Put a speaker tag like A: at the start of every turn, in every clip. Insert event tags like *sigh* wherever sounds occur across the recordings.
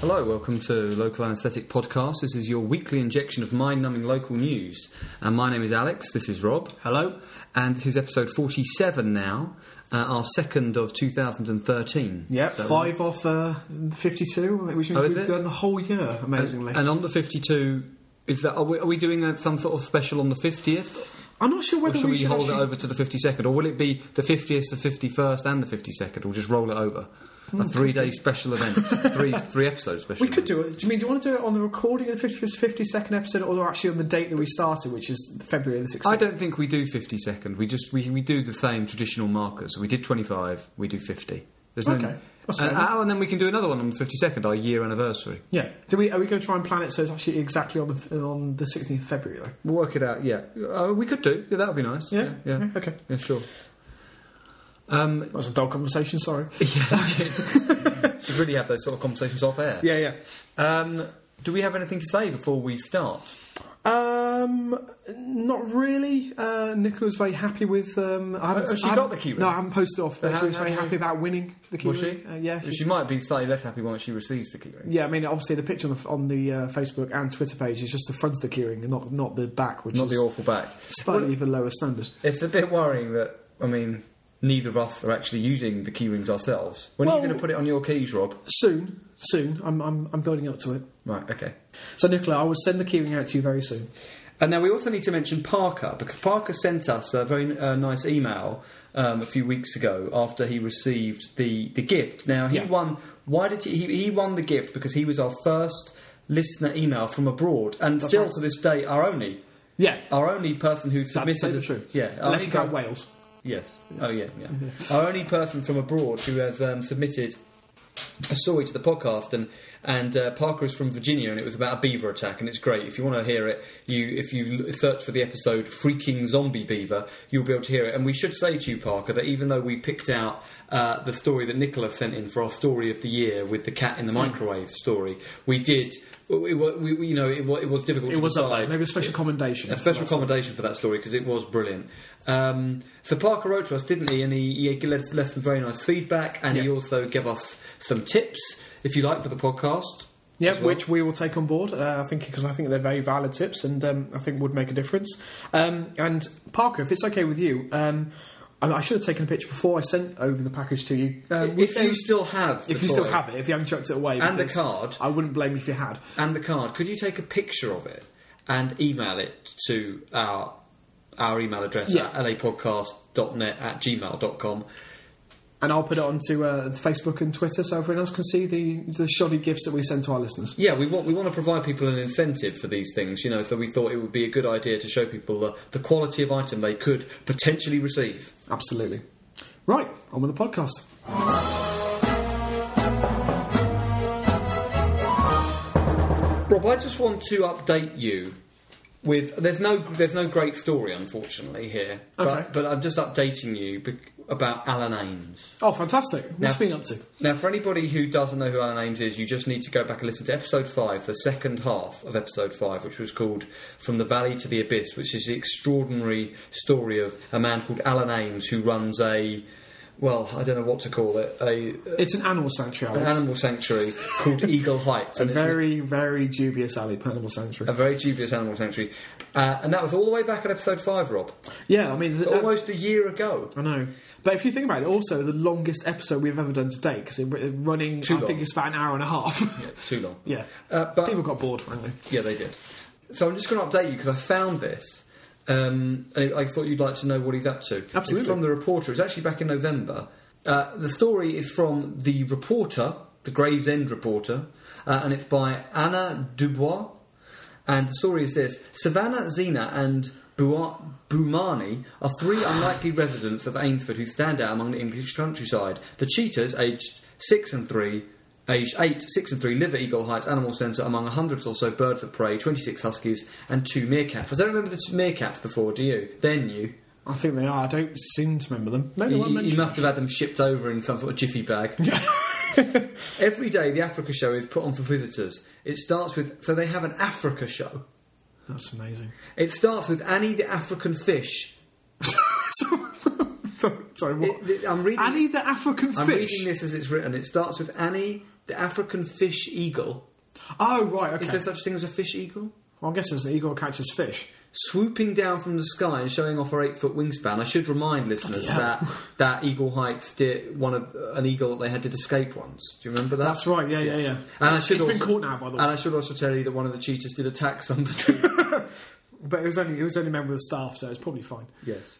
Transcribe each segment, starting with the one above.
A: Hello, welcome to Local Anesthetic Podcast. This is your weekly injection of mind numbing local news. And my name is Alex, this is Rob,
B: Hello.
A: and this is episode 47 now, uh, our second of 2013.
B: Yep.
A: So-
B: Five off uh, 52, which means
A: Oh, is
B: we've
A: it?
B: done the whole year, amazingly.
A: And on the 52, is that, are, we, are we doing a, some sort of special on the 50th?
B: I'm not sure
A: Or
B: whether
A: should we,
B: should
A: hold it
B: actually-
A: over to the 52nd? Or will it be the 50th, the 51st, and the 52nd? Or just roll it over? A three day special event, three three episode special
B: Hmm, We could do it. Do you mean do you want to do it on the recording of the 50th 52nd episode, or actually on the date that we started, which is February the 16th?
A: I don't think we do 50 second. We just we, we do the same traditional markers. We did 25, we do 50. There's no
B: Okay. That's
A: and,
B: fair enough.
A: oh, and then we can do another one on the 52nd, our year anniversary.
B: Yeah. Do we? Are we going to try and plan it so it's actually exactly on the on the 16th of February though?
A: We'll work it out, yeah. Uh, we could do. Yeah, that would be nice.
B: Yeah.
A: Yeah. Yeah,
B: Okay.
A: yeah sure. Um,
B: That was a dull conversation. Sorry.
A: *laughs* yeah. Should really have those sort of conversations off air.
B: yeah. Yeah.
A: Um, do we have anything to say before we start?
B: Um, not really. Uh, Nicola's very happy with. Um, I haven't,
A: Oh, she got
B: I haven't-
A: the key ring?
B: No, I haven't posted off. But
A: How-
B: she was
A: how
B: very
A: do you-
B: happy about winning the key
A: Was
B: ring.
A: she?
B: Uh, yeah, she's-
A: She might be slightly less happy once she receives the keyring.
B: Yeah, I mean, obviously the picture on the, on the uh, Facebook and Twitter page is just the front of the keyring, and not not the back, which
A: Not
B: is
A: the awful back.
B: slightly even lower standard.
A: It's a bit worrying that I mean neither of us are actually using the key rings ourselves. When are you
B: Well-
A: going to put it on your keys, Rob?
B: Soon, soon, I'm I'm, I'm building up to it.
A: Right, okay.
B: So Nicola, I will send the keyring out to you very soon.
A: And now we also need to mention Parker because Parker sent us a very uh, nice email um, a few weeks ago after he received the, the gift. Now he
B: Yeah.
A: won. Why did he, he? He won the gift because he was our first listener email from abroad, and still
B: right.
A: to this day our only
B: Yeah,
A: our only person who
B: that's
A: submitted.
B: say the
A: us-
B: truth.
A: Yeah, our
B: unless
A: only
B: you go
A: per-
B: Wales.
A: Yes. Oh, yeah, yeah. Our only person from abroad who has um, submitted a story to the podcast, and and uh, Parker is from Virginia, and it was about a beaver attack, and it's great. If you want to hear it, you if you l- search for the episode "Freaking Zombie Beaver," you'll be able to hear it. And we should say to you, Parker, that even though we picked out uh, the story that Nicola sent in for our story of the year with the cat in the
B: Mm.
A: microwave story, we did. We, we, we, you know, it, wa- it was difficult.
B: It
A: to
B: was up there.
A: decide.
B: maybe a special commendation.
A: A special commendation for that story because it was brilliant. Um, so Parker wrote to us, didn't he? And he, he left, left some very nice feedback, and he
B: Yeah.
A: also gave us some tips, if you like, for the podcast.
B: Yeah,
A: as well.
B: which we will take on board. Uh, I think because I think they're very valid tips, and um, I think would make a difference. Um, and Parker, if it's okay with you, um, I, I should have taken a picture before I sent over the package to you. Um,
A: if you still have, the
B: if you still
A: toy
B: have it, if you haven't chucked it away,
A: And the
B: because
A: card.
B: I wouldn't blame you if you had.
A: and the card, could you take a picture of it and email it to our our email address
B: Yeah.
A: at lapodcast.net at gmail.com?
B: And I'll put it onto uh, Facebook and Twitter so everyone else can see the the shoddy gifts that we send to our listeners.
A: Yeah, we want we want to provide people an incentive for these things, you know. So we thought it would be a good idea to show people the, the quality of item they could potentially receive.
B: Absolutely. Right, on with the podcast.
A: Rob, I just want to update you with there's no there's no great story unfortunately here,
B: Okay.
A: but but I'm just updating you bec- about Alan Ames.
B: Oh, fantastic! What's
A: Now-
B: been up to?
A: Now, for anybody who doesn't know who Alan Ames is, you just need to go back and listen to episode five, the second half of episode five, which was called "From the Valley to the Abyss," which is the extraordinary story of a man called Alan Ames who runs a well, I don't know what to call it, a
B: It's an animal sanctuary.
A: an
B: Alex.
A: animal sanctuary called Eagle Heights,
B: a
A: and it's
B: very, very dubious alley, animal sanctuary.
A: a very dubious animal sanctuary, uh, and that was all the way back at episode five, Rob.
B: Yeah, I mean,
A: It's
B: uh,
A: almost a year ago.
B: I know. But if you think about it, also the longest episode we've ever done to date because it, running,
A: Too
B: I
A: long.
B: think it's about an hour and a half. *laughs*
A: Too long.
B: yeah,
A: Uh, but
B: people got bored, frankly.
A: Yeah, they did. So I'm just going to update you because I found this. Um, and I thought you'd like to know what he's up to.
B: Absolutely.
A: It's from the reporter. It's actually back in November. Uh, the story is from the reporter, the Gravesend reporter, uh, and it's by Anna Dubois. And the story is this Savannah, Zena, and Bua- Bumani are three unlikely residents of Ainsford who stand out among the English countryside. The cheetahs, aged six and three, aged eight, six and three, live at Eagle Heights Animal Centre among a hundred or so birds of prey, 26 huskies, and two meerkats. I don't remember the two meerkats before, do you? Then you.
B: I think they are. I don't seem to remember them. No, they
A: You,
B: weren't
A: you- you
B: mentioned.
A: must have had them shipped over in some sort of jiffy
B: *laughs*
A: bag. Every day, the Africa show is put on for visitors. It starts with, so they have an Africa show.
B: That's *laughs* amazing.
A: It starts with Annie the African fish.
B: Sorry, what?
A: It- th- I'm reading.
B: Annie the African
A: I'm
B: fish.
A: reading this as it's written. It starts with Annie the African fish eagle.
B: Oh right, okay.
A: Is there such thing as a fish eagle?
B: well, I guess it's the eagle catches fish.
A: Swooping down from the sky and showing off her eight-foot wingspan. I should remind listeners that that eagle height, did one of an eagle that they had did escape once. Do you remember that?
B: That's right. Yeah, yeah, yeah. Uh,
A: And I should
B: It's been
A: also-
B: caught now, by the way.
A: And I should also tell you that one of the cheetahs did attack somebody.
B: *laughs* but it was only it was only a member of the staff, so it's probably fine.
A: yes.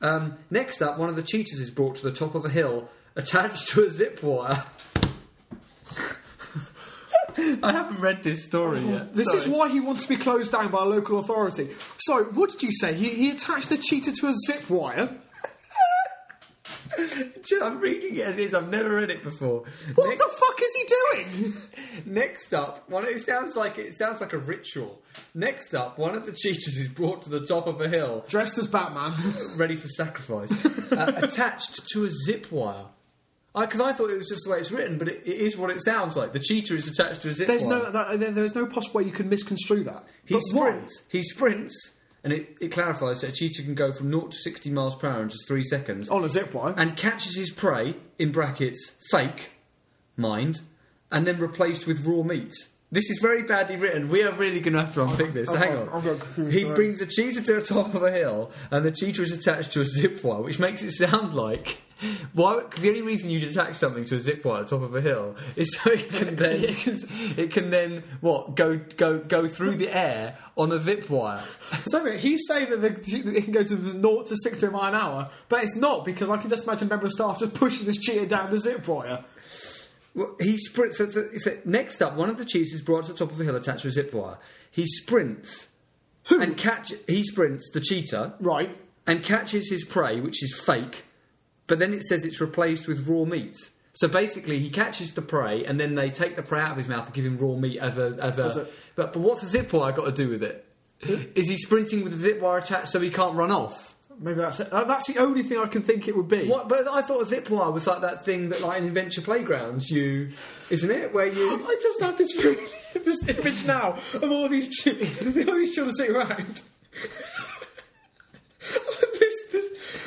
A: Um, next up, one of the cheetahs is brought to the top of a hill, attached to a zip
B: *laughs*
A: wire. I haven't read Oh, this story yet.
B: This is why he wants to be closed down by a local authority. So, what did you say? He, he attached the cheetah to a zip wire.
A: I'm reading it as is. I've never read it before.
B: What
A: Next-
B: the fuck is he doing?
A: Next up, one. It sounds like it sounds like a ritual. Next up, one of the cheetahs is brought to the top of a hill,
B: *laughs* Dressed as Batman.
A: ready for sacrifice,
B: *laughs*
A: uh, attached to a zip wire. Because I, thought it was just the way it's written, but it, it is what it sounds like. The cheetah is attached to a zip
B: There's
A: wire.
B: no that, there- there's no possible way you can misconstrue that.
A: he
B: But why?
A: sprints. He sprints, and it, it clarifies that a cheetah can go from 0 to 60 miles per hour in just three seconds,
B: on a zip wire.
A: and catches his prey in brackets fake, mind, and then replaced with raw meat. This is very badly written. We are really going to have to unpick this. Hang on.
B: got- I've got confused
A: He
B: already.
A: brings a cheetah to the top of a hill, and the cheetah is attached to a zip wire, which makes it sound like why? Cause the only reason you'd attach something to a zip wire at the top of a hill is so it can then
B: *laughs*
A: it can then what go go go through the air on a zip wire.
B: So he's saying that, the, that it can go to naught to sixty mile an hour, but it's not because I can just imagine a member of staff just pushing this cheetah down the zip wire.
A: Well, he sprints. So, so, so next up, one of the cheetahs is brought to the top of a hill attached to a zip wire. He sprints and catch. He sprints the cheetah
B: Right.
A: and catches his prey, which is fake. But then it says it's replaced with raw meat. So basically, he catches the prey, and then they take the prey out of his mouth and give him raw meat as a. As a,
B: As a-
A: but, but what's the zip wire got to do with it? Is he sprinting with the zip wire attached so he can't run off?
B: Maybe that's it. Uh, That's the only thing I can think it would be.
A: What, but I thought a zip wire was like that thing that, like in adventure playgrounds, you, isn't it, where you
B: I just have this, *laughs* this image now of all these chi- *laughs* all these children sitting around. *laughs* this, this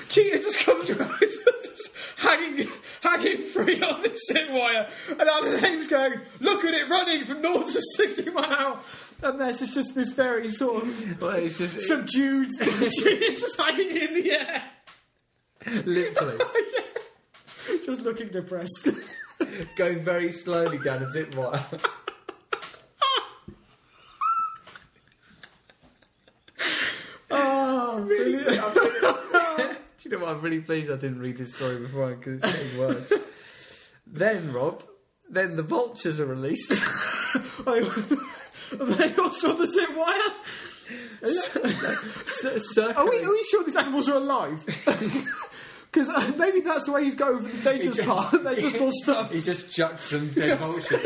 B: cheetah just comes around, just hanging hanging free on this sit wire, and Alan Hames going, "Look at it running from north to sixty one hour." And there's it's just this very sort of
A: Well, it's just
B: subdued *laughs* cheetah just hanging in the air,
A: *laughs*
B: *laughs*
A: literally
B: just looking depressed. *laughs*
A: going very slowly down a zip wire. *laughs*
B: oh, brilliant.
A: Do you know what? I'm really pleased I didn't read this story before because it's getting worse. then, Rob, then the vultures are released. *laughs*
B: Are they also on the zip wire?
A: Cir- circling-
B: Are we, are we sure these animals are alive? *laughs* Because uh, maybe that's the way he's going for the dangerous part. *laughs* They're just all stuffed.
A: He
B: *laughs*
A: just chucked some dead vultures.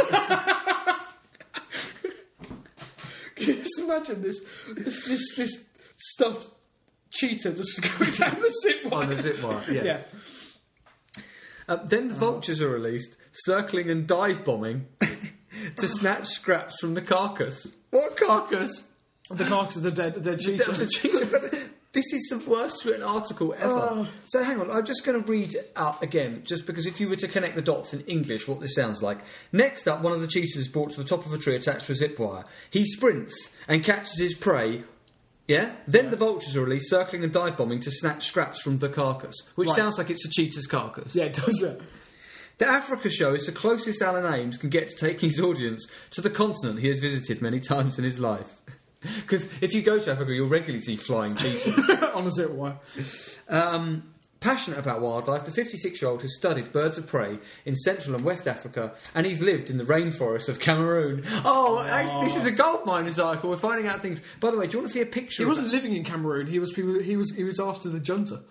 B: Can you just imagine this, this, this, this stuffed cheetah just *laughs* going down the zip
A: on
B: wire?
A: the zip wire, yes.
B: Yeah.
A: Uh, then the vultures are released, circling and dive bombing *laughs* to snatch scraps from the carcass. What carcass?
B: The marks of the dead,
A: That
B: dead
A: was
B: cheetah.
A: the *laughs* cheetah, but This is the worst written article ever.
B: Oh.
A: So hang on, I'm just going to read it out again, just because if you were to connect the dots in English, what this sounds like. Next up, one of the cheetahs is brought to the top of a tree attached to a zip wire. He sprints and catches his prey. Yeah. Then the vultures are released, circling and dive bombing to snatch scraps from the carcass, which
B: Right.
A: sounds like it's a cheetah's carcass.
B: *laughs* Yeah, *laughs* does it?
A: The Africa show is the closest Alan Ames can get to taking his audience to the continent he has visited many times in his life. *laughs* Because if you go to Africa, you'll regularly see flying cheetahs.
B: *laughs* on a zip wire.
A: Um, passionate about wildlife, the 56 year old has studied birds of prey in Central and West Africa and he's lived in the rainforests of Cameroon. Oh, actually, this is a gold miners article. We're finding out things. By the way, do you want to see a picture?
B: He
A: of
B: wasn't living in Cameroon. He was people. He was. He was after the junta.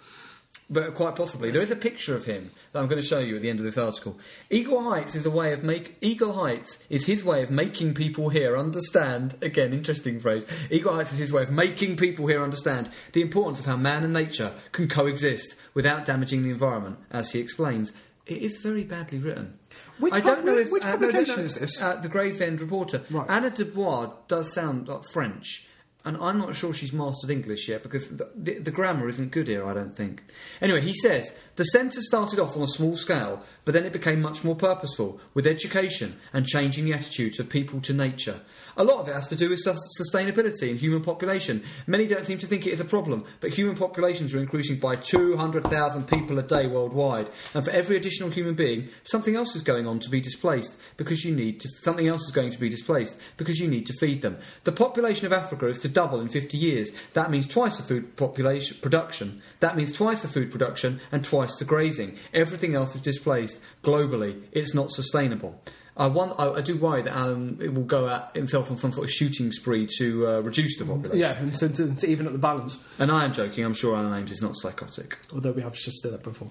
A: But quite possibly. There is a picture of him that I'm going to show you at the end of this article. Eagle Heights is a way of make Eagle Heights is his way of making people here understand again, interesting phrase. Eagle Heights is his way of making people here understand the importance of how man and nature can coexist without damaging the environment, as he explains. It is very badly written.
B: Which
A: I
B: pub-
A: don't know if
B: which
A: uh, no, no,
B: publication
A: no,
B: is this?
A: Uh, the Gravesend Reporter.
B: Right.
A: Anna Dubois does sound like French. and I'm not sure she's mastered English yet because the, the, the grammar isn't good here, I don't think. Anyway, he says the centre started off on a small scale, but then it became much more purposeful with education and changing the attitudes of people to nature. A lot of it has to do with sus- sustainability and human population. Many don't seem to think it is a problem, but human populations are increasing by 200,000 people a day worldwide, and for every additional human being, something else is going on to be displaced because you need to, something else is going to be displaced because you need to feed them. The population of Africa is to double in 50 years. That means twice the food population production. That means twice the food production and twice the grazing. Everything else is displaced globally. It's not sustainable. I, want, I, I do worry that Alan will go at himself on some sort of shooting spree to uh, reduce the population.
B: Yeah, and to, to, to even up the balance.
A: And I am joking. I'm sure Alan Ames is not psychotic.
B: Although we have just said that before.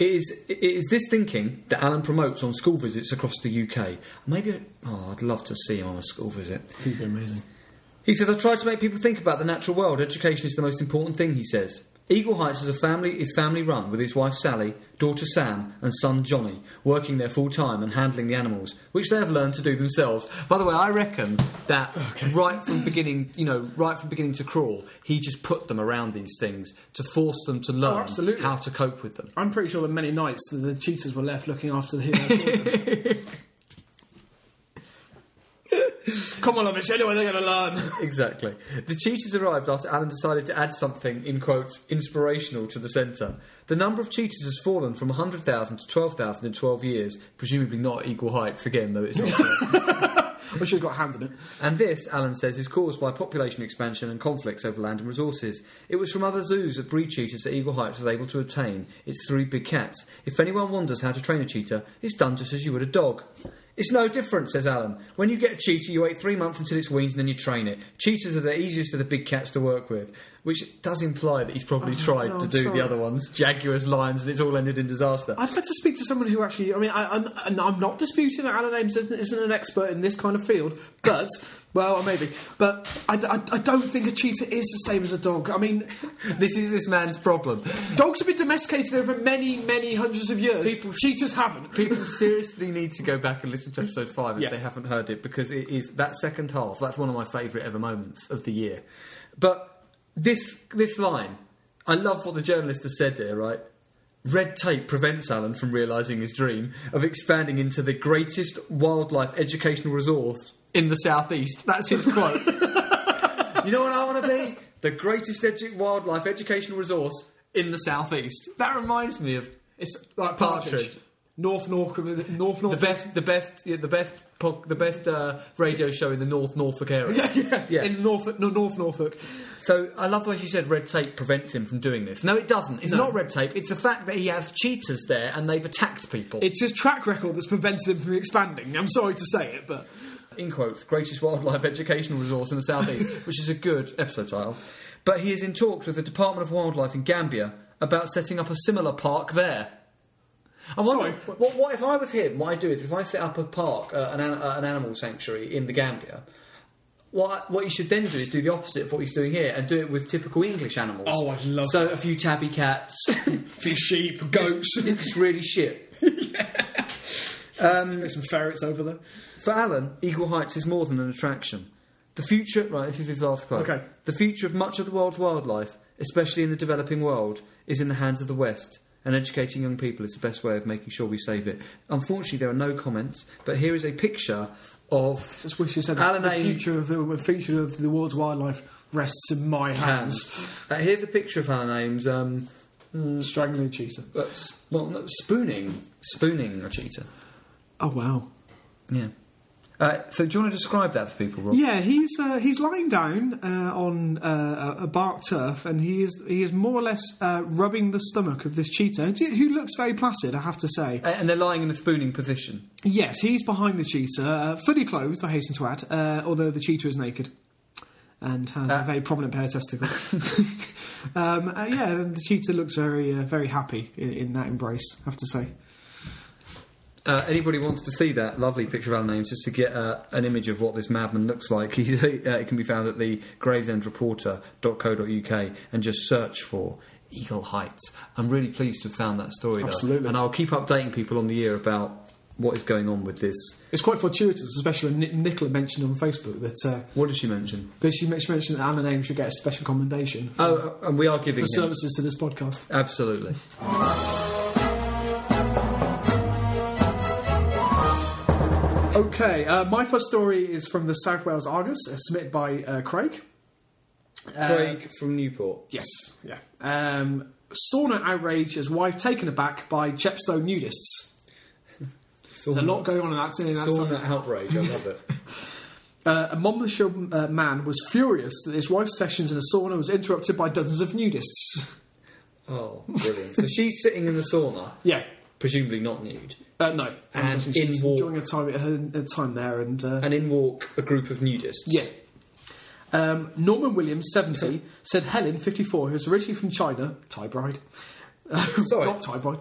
A: It is, it is this thinking that Alan promotes on school visits across the UK. Maybe, oh, I'd love to see him on a school visit.
B: I think it'd be amazing.
A: He says, I tried to make people think about the natural world. Education is the most important thing, he says. Eagle Heights is a family is family run with his wife Sally, daughter Sam, and son Johnny, working there full time and handling the animals, which they have learned to do themselves. By the way, I reckon that right from beginning, you know, right from beginning to crawl, he just put them around these things to force them to learn
B: absolutely.
A: how to cope with them.
B: I'm pretty sure that many nights the, the cheaters were left looking after the hero. Come on, Amish, anyway, they're going to learn.
A: *laughs* Exactly. The cheaters arrived after Alan decided to add something, in quotes, inspirational to the centre. The number of cheaters has fallen from 100,000 to 12,000 in 12 years, presumably not at equal heights again, though it's not.
B: I should have got a hand in it.
A: and this, Alan says, is caused by population expansion and conflicts over land and resources. It was from other zoos that breed cheaters that Eagle Heights was able to obtain its three big cats. If anyone wonders how to train a cheetah, it's done just as you would a dog. It's no different, says Alan. When you get a cheetah, you wait three months until it's weaned and then you train it. Cheetahs are the easiest of the big cats to work with, which does imply that he's probably tried
B: no,
A: to
B: I'm
A: do
B: sorry.
A: the other ones jaguars, lions, and it's all ended in disaster.
B: I'd like to speak to someone who actually. I mean, I, I'm, and I'm not disputing that Alan Ames isn't, isn't an expert in this kind of field, but. Well, maybe. But I, d- I d- I don't think a cheetah is the same as a dog. I mean,
A: this is this man's problem.
B: dogs have been domesticated over many, many hundreds of years. cheetahs haven't.
A: People seriously need to go back and listen to episode five if
B: Yeah.
A: they haven't heard it because it is that second half. That's one of my favourite ever moments of the year. But this this line, I love what the journalist has said here. Right, red tape prevents Alan from realising his dream of expanding into the greatest wildlife educational resource in the southeast. That's his quote.
B: *laughs*
A: you know what I want to be? The greatest edu- wildlife educational resource in the southeast. That reminds me of
B: It's like
A: Partridge.
B: partridge. North North North
A: the
B: North. *laughs*
A: best, the best, yeah, the best, po- the best uh, radio show in the North Norfolk area. *laughs* Yeah.
B: In Norfolk, no, North Norfolk.
A: So I love the way she said red tape prevents him from doing this. No, it doesn't. It's
B: No.
A: not red tape. It's the fact that he has cheaters there and they've attacked people.
B: It's his track record that's prevented him from expanding. I'm sorry to say it, but
A: in quotes, greatest wildlife educational resource in the
B: *laughs*
A: southeast, which is a good episode title. But he is in talks with the Department of Wildlife in Gambia about setting up a similar park there. I'm wondering,
B: Sorry, what-
A: what, what if I was him? What I do is if I set up a park, uh, an, an, uh, an animal sanctuary in the Gambia. What, what you should then do is do the opposite of what he's doing here and do it with typical English animals.
B: Oh, I'd love
A: So a few tabby cats,
B: *laughs* few sheep, goats,
A: Just- it's really shit.
B: some ferrets over there.
A: For Alan, Eagle Heights is more than an attraction. The future, right, this is his last quote.
B: Okay.
A: The future of much of the world's wildlife, especially in the developing world, is in the hands of the West, and educating young people is the best way of making sure we save it. Unfortunately, there are no comments, but here is a picture of.
B: Just wish you said
A: Alan
B: the
A: Ames-
B: future of the, the future of the world's wildlife rests in my hands.
A: Uh, here's a picture of Alan Ames um,
B: Strangling a cheetah.
A: uh, s- well, no, spooning, spooning a cheetah.
B: Oh wow.
A: Yeah. Uh, so, do you want to describe that for people, Rob?
B: Yeah, he's uh, he's lying down uh, on uh, a bark turf, and he is he is more or less uh, rubbing the stomach of this cheetah, who looks very placid, I have to say.
A: A- Uh, And they're lying in a spooning position.
B: Yes, he's behind the cheetah, uh, fully clothed, I hasten to add, uh, although the cheetah is naked and has a very prominent pair of *laughs* testicles. um, uh, yeah, and the cheetah looks very, uh, very happy in, in that embrace, I have to say.
A: uh, anybody wants to see that lovely picture of Alan Ames, just to get uh, an image of what this madman looks like, *laughs* he's, uh, it can be found at the gravesendreporter.co.uk and just search for Eagle Heights. I'm really pleased to have found that story, though.
B: Absolutely.
A: And I'll keep updating people on the year about what is going on with this.
B: It's quite fortuitous, especially when Nic- Nicola mentioned on Facebook that uh,
A: What did she mention?
B: that she men- she mentioned that Anna Name should get a special commendation
A: Oh, and we are giving
B: for
A: him.
B: services to this podcast.
A: Absolutely.
B: Okay, uh, my first story is from the South Wales Argus, uh, submitted by uh, Craig. Uh,
A: Craig from Newport.
B: Yes, yeah. Um, sauna outrage as wife taken aback by Chepstow nudists.
A: Sauna,
B: There's a lot going on in that scene. in that time.
A: sauna outrage. I love *laughs* it.
B: Uh, a Monmouthshire uh, man was furious that his wife's sessions in a sauna was interrupted by dozens of nudists.
A: Oh, brilliant. so she's sitting in the sauna,
B: yeah,
A: presumably not nude,
B: uh, no.
A: And
B: she's
A: in walk-
B: enjoying her time, her, her time there, and uh,
A: and in walk a group of nudists.
B: yeah. Um, Norman Williams, 70, said Helen, 54, who's originally from China, Thai bride. *laughs*
A: Sorry.
B: Not Thai bride.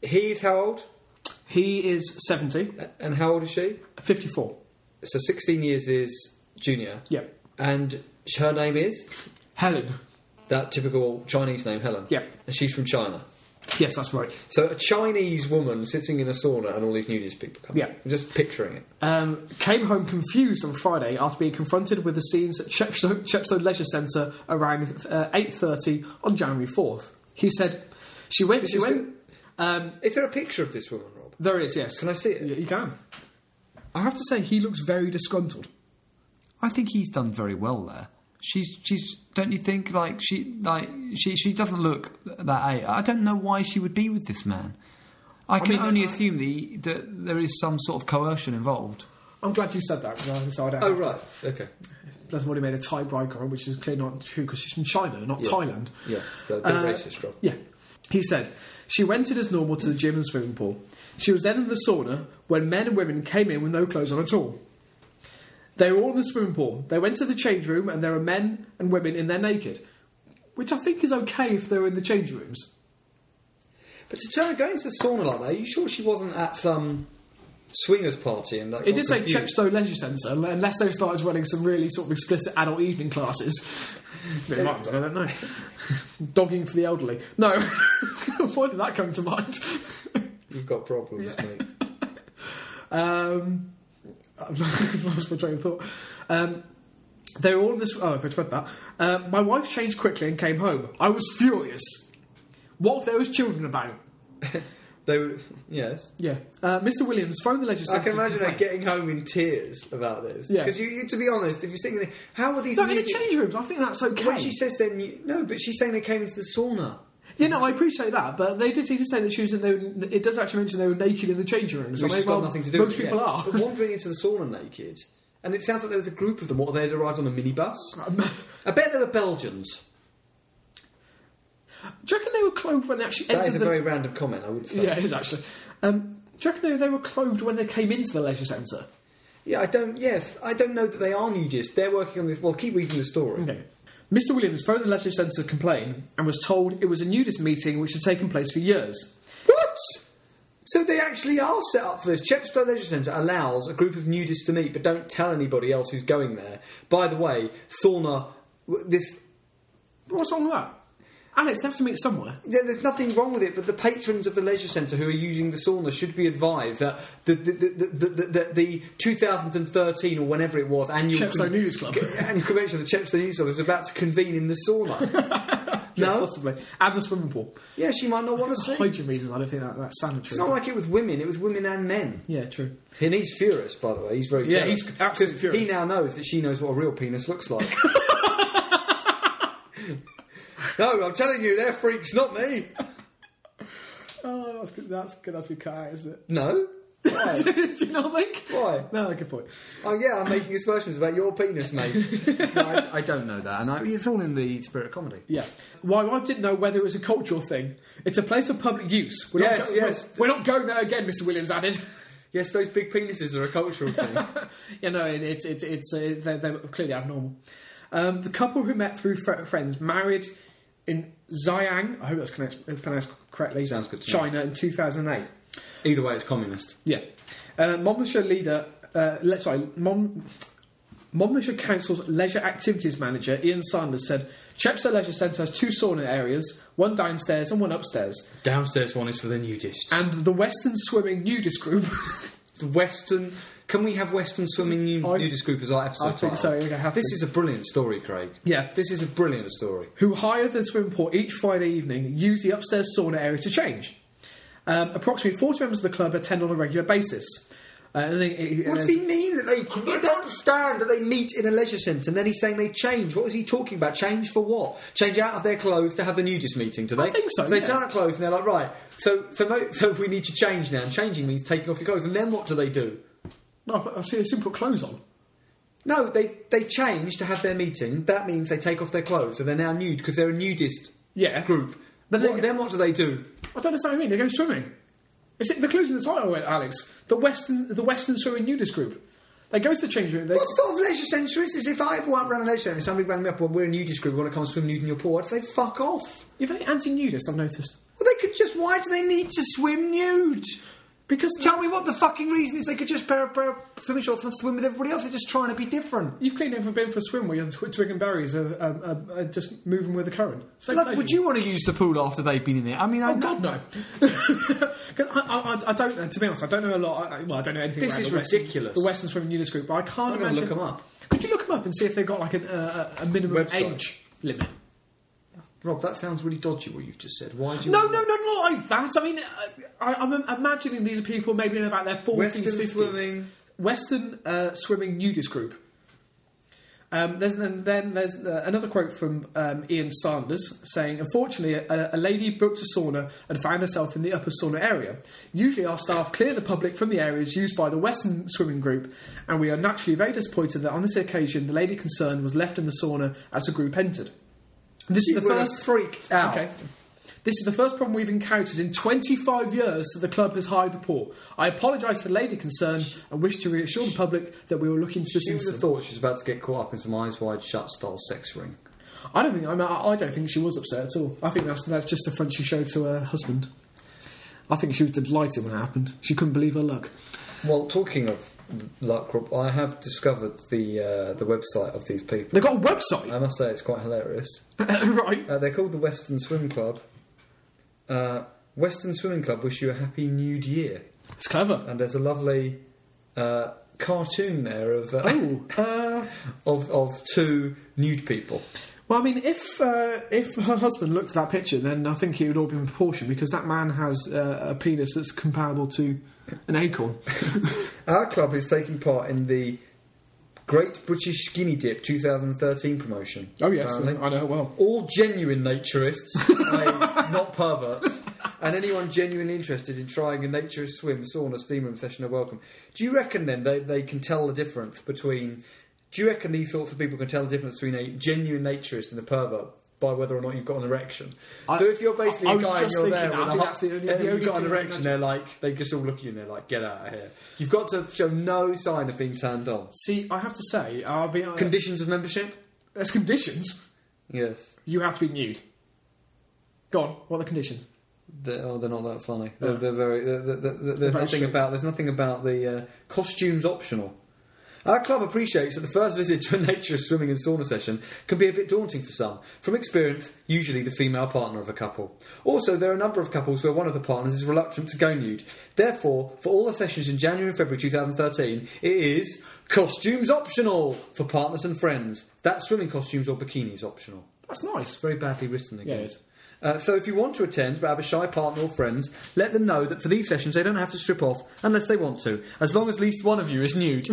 A: He's how old?
B: He is 70,
A: A- And how old is she?
B: 54.
A: So 16 years is junior.
B: Yeah.
A: And sh- her name is
B: Helen.
A: that typical Chinese name, Helen.
B: Yeah.
A: And she's from China.
B: Yes, that's right.
A: So a Chinese woman sitting in a sauna and all these nudist people come.
B: Yeah.
A: I'm just picturing it.
B: um, came home confused on Friday after being confronted with the scenes at Chepstow, Chepstow Leisure Centre around uh, 8.30 on January 4th. He said, she went, she
A: is
B: went, um,
A: Is there a picture of this woman, Rob?
B: there is, yes.
A: Can I see it?
B: You, you can. I have to say, he looks very disgruntled.
A: I think he's done very well there. She's she's don't you think like she like she she doesn't look that age. I don't know why she would be with this man. I can
B: mean,
A: only
B: I-
A: assume that, he, that there is some sort of coercion involved.
B: I'm glad you said that, because I decided...
A: Oh right, okay,
B: That's what he made a Thai bride comment, which is clearly not true, because she's from China, not Thailand.
A: yeah, so a bit
B: Uh,
A: racist, Rob.
B: Yeah. He said, She went in as normal to the gym and swimming pool. She was then in the sauna when men and women came in with no clothes on at all. They were all in the swimming pool. They went to the change room and there were men and women in there naked, which I think is okay if they're in the change rooms.
A: But to turn going to the sauna like that, are you sure she wasn't at some swingers party and like
B: It did
A: got
B: say
A: confused?
B: Chepstow Leisure Centre, unle- unless they've started running some really sort of explicit adult evening classes. *laughs* They might have done, I don't know. *laughs* Dogging for the elderly. No. *laughs* Why did that come to mind?
A: You've got problems, mate.
B: Um, I've *laughs* lost my train of thought. Um, they were all in this. Oh, I've read that. Uh, my wife changed quickly and came home. I was furious. What if there was children about?
A: They were yes.
B: Yeah. Uh, Mr. Williams phoned the legislature.
A: I can imagine her getting home in tears about this.
B: Yeah.
A: Because you, you, to be honest, if you're sitting there, how are these?
B: No, in the
A: nudie-
B: change rooms. I think that's okay.
A: When she says they're new, no, but she's saying they came into the sauna.
B: yeah, no, I appreciate that, but they did seem to say that she was in. They were, it does actually mention they were naked in the change rooms. I
A: Which
B: mean,
A: has
B: well,
A: got nothing to do
B: Most
A: with it,
B: people
A: yeah.
B: are.
A: But wandering into the sauna naked, and it sounds like there was a group of them, or they'd arrived on a minibus. I bet they were Belgians.
B: Do you reckon they were clothed when they actually
A: That
B: entered
A: is a
B: the
A: very random comment, I would say.
B: Yeah, it is actually. Um, do you reckon they, they were clothed when they came into the leisure centre?
A: Yeah, I don't, yes, I don't know that they are nudists. They're working on this. Well, keep reading the story.
B: Okay. Mr. Williams phoned the leisure centre to complain and was told it was a nudist meeting which had taken place for years.
A: What? So they actually are set up for this. Chepstow Leisure Centre allows a group of nudists to meet, but don't tell anybody else who's going there. By the way, sauna, w- this
B: What's wrong with that? Alex, they have to meet somewhere.
A: There- There's nothing wrong with it, but the patrons of the leisure centre who are using the sauna should be advised that the the, the, the, the, the, the 2013 or whenever it was annual
B: Chepstow Nudist *laughs* Club.
A: and convention of the Chepstow Nudist Club is about to convene in the sauna. no,
B: Possibly. And the swimming pool.
A: yeah, she might not want to see. It's
B: Hygiene reasons, I don't think that, that's sanitary.
A: not like it was women; it was women and men.
B: yeah, true.
A: And he's furious, by the way. He's very
B: Yeah,
A: jealous.
B: he's absolutely
A: 'Cause
B: furious.
A: He now knows that she knows what a real penis looks *laughs* like. no, I'm telling you, they're freaks, not me.
B: Oh, that's good. That's good. That's be cut out, isn't *laughs* it?
A: No. Why?
B: Do you know what I think?
A: Why?
B: No, good point.
A: Oh yeah, I'm making aspersions about your penis, *laughs* mate. no, I, I don't know that, and I, it's all in the spirit of comedy.
B: Yeah. Why well, I didn't know whether it was a cultural thing. It's a place of public use. We're
A: Yes,
B: not go-
A: yes.
B: We're, we're not going there again, Mr. Williams added. *laughs*
A: Yes, those big penises are a cultural thing. *laughs*
B: yeah, no, it, it, it, it's uh, they're, they're clearly abnormal. Um, the couple who met through fr- friends married in Xiang, I hope that's connect- uh, pronounced correctly,
A: Sounds good to me.
B: China in 2008.
A: Either way, it's communist.
B: Yeah. Uh, Monmouthshire leader, uh, le- sorry, Mon- Monmouthshire Council's Leisure Activities Manager Ian Sanders said Chepstow Leisure Centre has two sauna areas, one downstairs and one upstairs,
A: Downstairs one is for the nudists.
B: and the Western Swimming Nudist Group. *laughs*
A: And Western. Can we have Western swimming nu-
B: I-
A: nudist group as our episode?
B: I think
A: title?
B: so, we're gonna have
A: this
B: to.
A: is a brilliant story, Craig.
B: yeah,
A: This is a brilliant story.
B: who hire the swimming pool each Friday evening use the upstairs sauna area to change. Um, approximately 40 members of the club attend on a regular basis. Uh, and then it- it-
A: What
B: there's-
A: does he mean that they? I don't understand that they meet in a leisure centre and then he's saying they change. What was he talking about? Change for what? Change out of their clothes to have the nudist meeting? Do they?
B: I think so,
A: they
B: yeah.
A: turn out clothes and they're like, right. So, so, mo- so we need to change now. And changing means taking off your clothes. And then what do they do?
B: No,
A: oh,
B: but I see they soon put clothes on.
A: No, they they change to have their meeting. That means they take off their clothes, so they're now nude because they're a nudist
B: Yeah.
A: group.
B: Then
A: What-
B: they-
A: then what do they do?
B: I don't understand what you mean. They go swimming. It's the clues in the title, Alex. The Western, the Western Swimming Nudist Group. They go to the change room. They,
A: What sort of leisure centre is this? If I walk around a leisure centre and somebody rang me up, well, we're a nudist group, we want to come swim nude in your pool, I'd say, fuck off.
B: you're very anti-nudist. I've noticed
A: Well, they could just, why do they need to swim nude?
B: because
A: Tell me what the fucking reason is they could just pair a pair of swimming shorts and swim with everybody else. They're just trying to be different.
B: you've clearly never been for a swim where your tw- twig and berries are, um, um, are just moving with the current. It's very
A: Like, would you want to use the pool after they've been in it? I mean, I
B: Oh God, no! *laughs* 'Cause I, I, I- I don't. know, To be honest, I don't know a lot. I, I- well, I don't know anything.
A: This
B: about
A: is
B: the Western,
A: ridiculous.
B: The Western Swimming Nudist Group, but I can't
A: I'm gonna
B: imagine.
A: look 'em up.
B: Could you look them up and see if they've got like an, uh, a a minimum
A: Website.
B: age limit?
A: Rob, that sounds really dodgy what you've just said. Why do you.
B: No, no, no, not like that. I mean, uh, I, I'm imagining these are people maybe in about their 40s,
A: Western
B: 50s.
A: swimming.
B: Western uh, swimming nudist group. Um, there's, then, then there's uh, another quote from um, Ian Sanders saying, Unfortunately, a, a lady booked a sauna and found herself in the upper sauna area. Usually, our staff clear the public from the areas used by the Western swimming group, and we are naturally very disappointed that on this occasion the lady concerned was left in the sauna as the group entered. This
A: You
B: is the
A: were
B: first
A: freaked out.
B: Okay. This is the first problem we've encountered in 25 years that the club has hired the poor. I apologise to the lady concerned and wish to reassure the public that we will look into this
A: She would have
B: incident.
A: thought she was about to get caught up in some eyes wide shut style sex ring.
B: I don't think I, mean, I I don't think she was upset at all. I think that's that's just the front she showed to her husband. I think she was delighted when it happened. She couldn't believe her luck.
A: Well, talking of luck, Rob, I have discovered the uh, the website of these people.
B: They got a website, *laughs*
A: I must say, it's quite hilarious.
B: right?
A: Uh, they're called the Western Swim Club. Uh, Western Swimming Club wish you a happy nude year,
B: It's clever.
A: and there's a lovely uh, cartoon there of uh,
B: Oh, uh,
A: *laughs* of of two nude people.
B: well, I mean, if uh, if her husband looked at that picture, then I think it would all be in proportion because that man has uh, a penis that's comparable to an acorn.
A: Our club is taking part in the Great British Skinny Dip 2013 promotion.
B: Oh yes,
A: apparently.
B: I know. Well,
A: all genuine
B: *laughs*
A: naturists, i.e., not perverts, and anyone genuinely interested in trying a naturist swim, sauna, steam room session are welcome. Do you reckon then they, they can tell the difference between? Do you reckon these sorts of people can tell the difference between a genuine naturist and a pervert? By whether or not you've got an erection.
B: I-
A: so if you're basically
B: I- I
A: a
B: was
A: guy and
B: just
A: you're there with
B: thinking that. I
A: a
B: think
A: hot-
B: that's the only-
A: and
B: the
A: you've
B: only
A: got an
B: thing I can
A: erection, they're like they just all look at you and they're like, get out of here. You've got to show no sign of being turned on.
B: see, I have to say, I'll be honest.
A: Conditions of membership?
B: There's conditions.
A: Yes.
B: You have to be nude. Go on. What are the conditions?
A: They're, oh, they're not that funny. They're, they're very. They're, they're, they're, there's
B: very
A: nothing
B: strict.
A: about. There's nothing about the uh, costumes optional. Our club appreciates that the first visit to a naturist swimming and sauna session can be a bit daunting for some. From experience, usually the female partner of a couple. Also, there are a number of couples where one of the partners is reluctant to go nude. Therefore, for all the sessions in January and February 2013, it is costumes optional for partners and friends. That swimming costumes or bikinis optional.
B: That's nice.
A: It's very badly written again.
B: Yeah, it is.
A: Uh, so if you want to attend but have a shy partner or friends, let them know that for these sessions they don't have to strip off unless they want to, as long as at least one of you is
B: *laughs*
A: nude.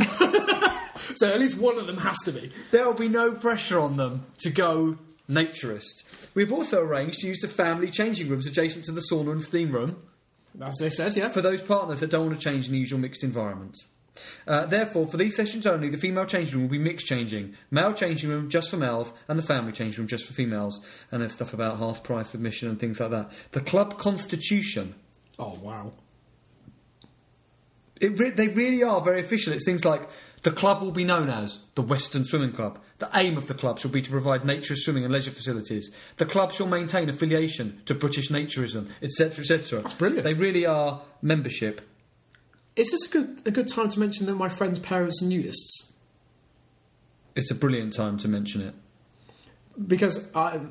B: So at least one of them has to be.
A: there will be no pressure on them to go naturist. We've also arranged to use the family changing rooms adjacent to the sauna and steam room
B: That's they said. Yeah.
A: for those partners that don't want to change in the usual mixed environment. Uh, therefore, for these sessions only, the female changing room will be mixed changing. Male changing room just for males, and the family changing room just for females. And there's stuff about half price admission and things like that. The club constitution.
B: Oh wow.
A: It re- they really are very official. It's things like the club will be known as the Western Swimming Club. The aim of the club shall be to provide naturist swimming and leisure facilities. The club shall maintain affiliation to British naturism, etc., etc. That's
B: brilliant.
A: They really are membership.
B: Is this a good a good time to mention that my friend's parents are nudists?
A: It's a brilliant time to mention it.
B: because I,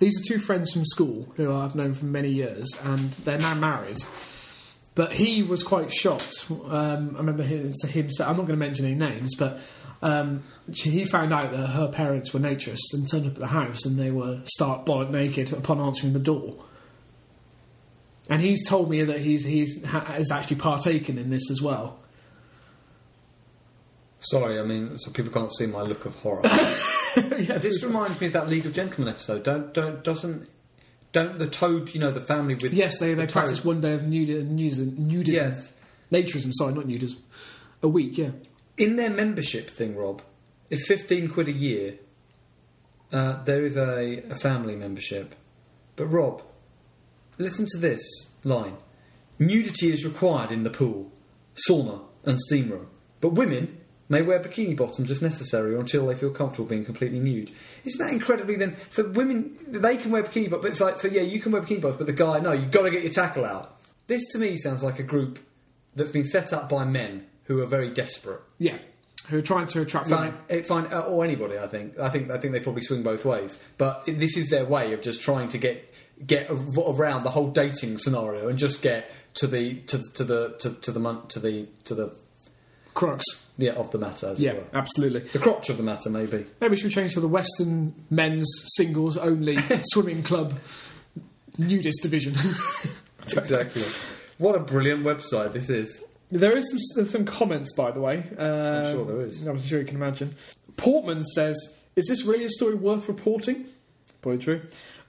B: these are two friends from school who I've known for many years, and they're now married. But he was quite shocked. Um, I remember him, so him sa- I'm not going to mention any names, but um, she, he found out that her parents were naturists and turned up at the house, and they were stark bollock naked upon answering the door. And he's told me that he's he's ha- has actually partaken in this as well.
A: Sorry, I mean, so people can't see my look of horror.
B: *laughs* yeah,
A: this reminds me of that League of Gentlemen episode. Don't, don't, doesn't, don't the toad, you know, the family with.
B: Yes, they, they
A: the
B: practice
A: toad.
B: one day of nudi- nudism. nudism.
A: Yes.
B: Naturism, sorry, not nudism. A week, yeah.
A: In their membership thing, Rob, it's 15 quid a year. Uh, there is a, a family membership. But, Rob, listen to this line Nudity is required in the pool, sauna, and steam room. But women may wear bikini bottoms if necessary or until they feel comfortable being completely nude. Isn't that incredibly then? So, women, they can wear bikini bottoms, but it's like, so yeah, you can wear bikini bottoms, but the guy, no, you've got to get your tackle out. This to me sounds like a group that's been set up by men who are very desperate
B: Yeah. Who are trying to attract
A: find,
B: women.
A: it find uh, or anybody. I think. I think. I think they probably swing both ways. But i- this is their way of just trying to get get a- around the whole dating scenario and just get to the to, to the to, to the mon- to the to the
B: Crux.
A: yeah of the matter. As
B: Yeah,
A: it were.
B: absolutely.
A: the crotch of the matter, maybe.
B: Maybe should we change to the Western men's singles *laughs* only swimming club nudist *laughs* division.
A: *laughs* exactly. What a brilliant website this is.
B: There is some there's some comments, by the way. Uh,
A: I'm sure there is.
B: I'm sure you can imagine. Portman says, "Is this really a story worth reporting?" Probably true.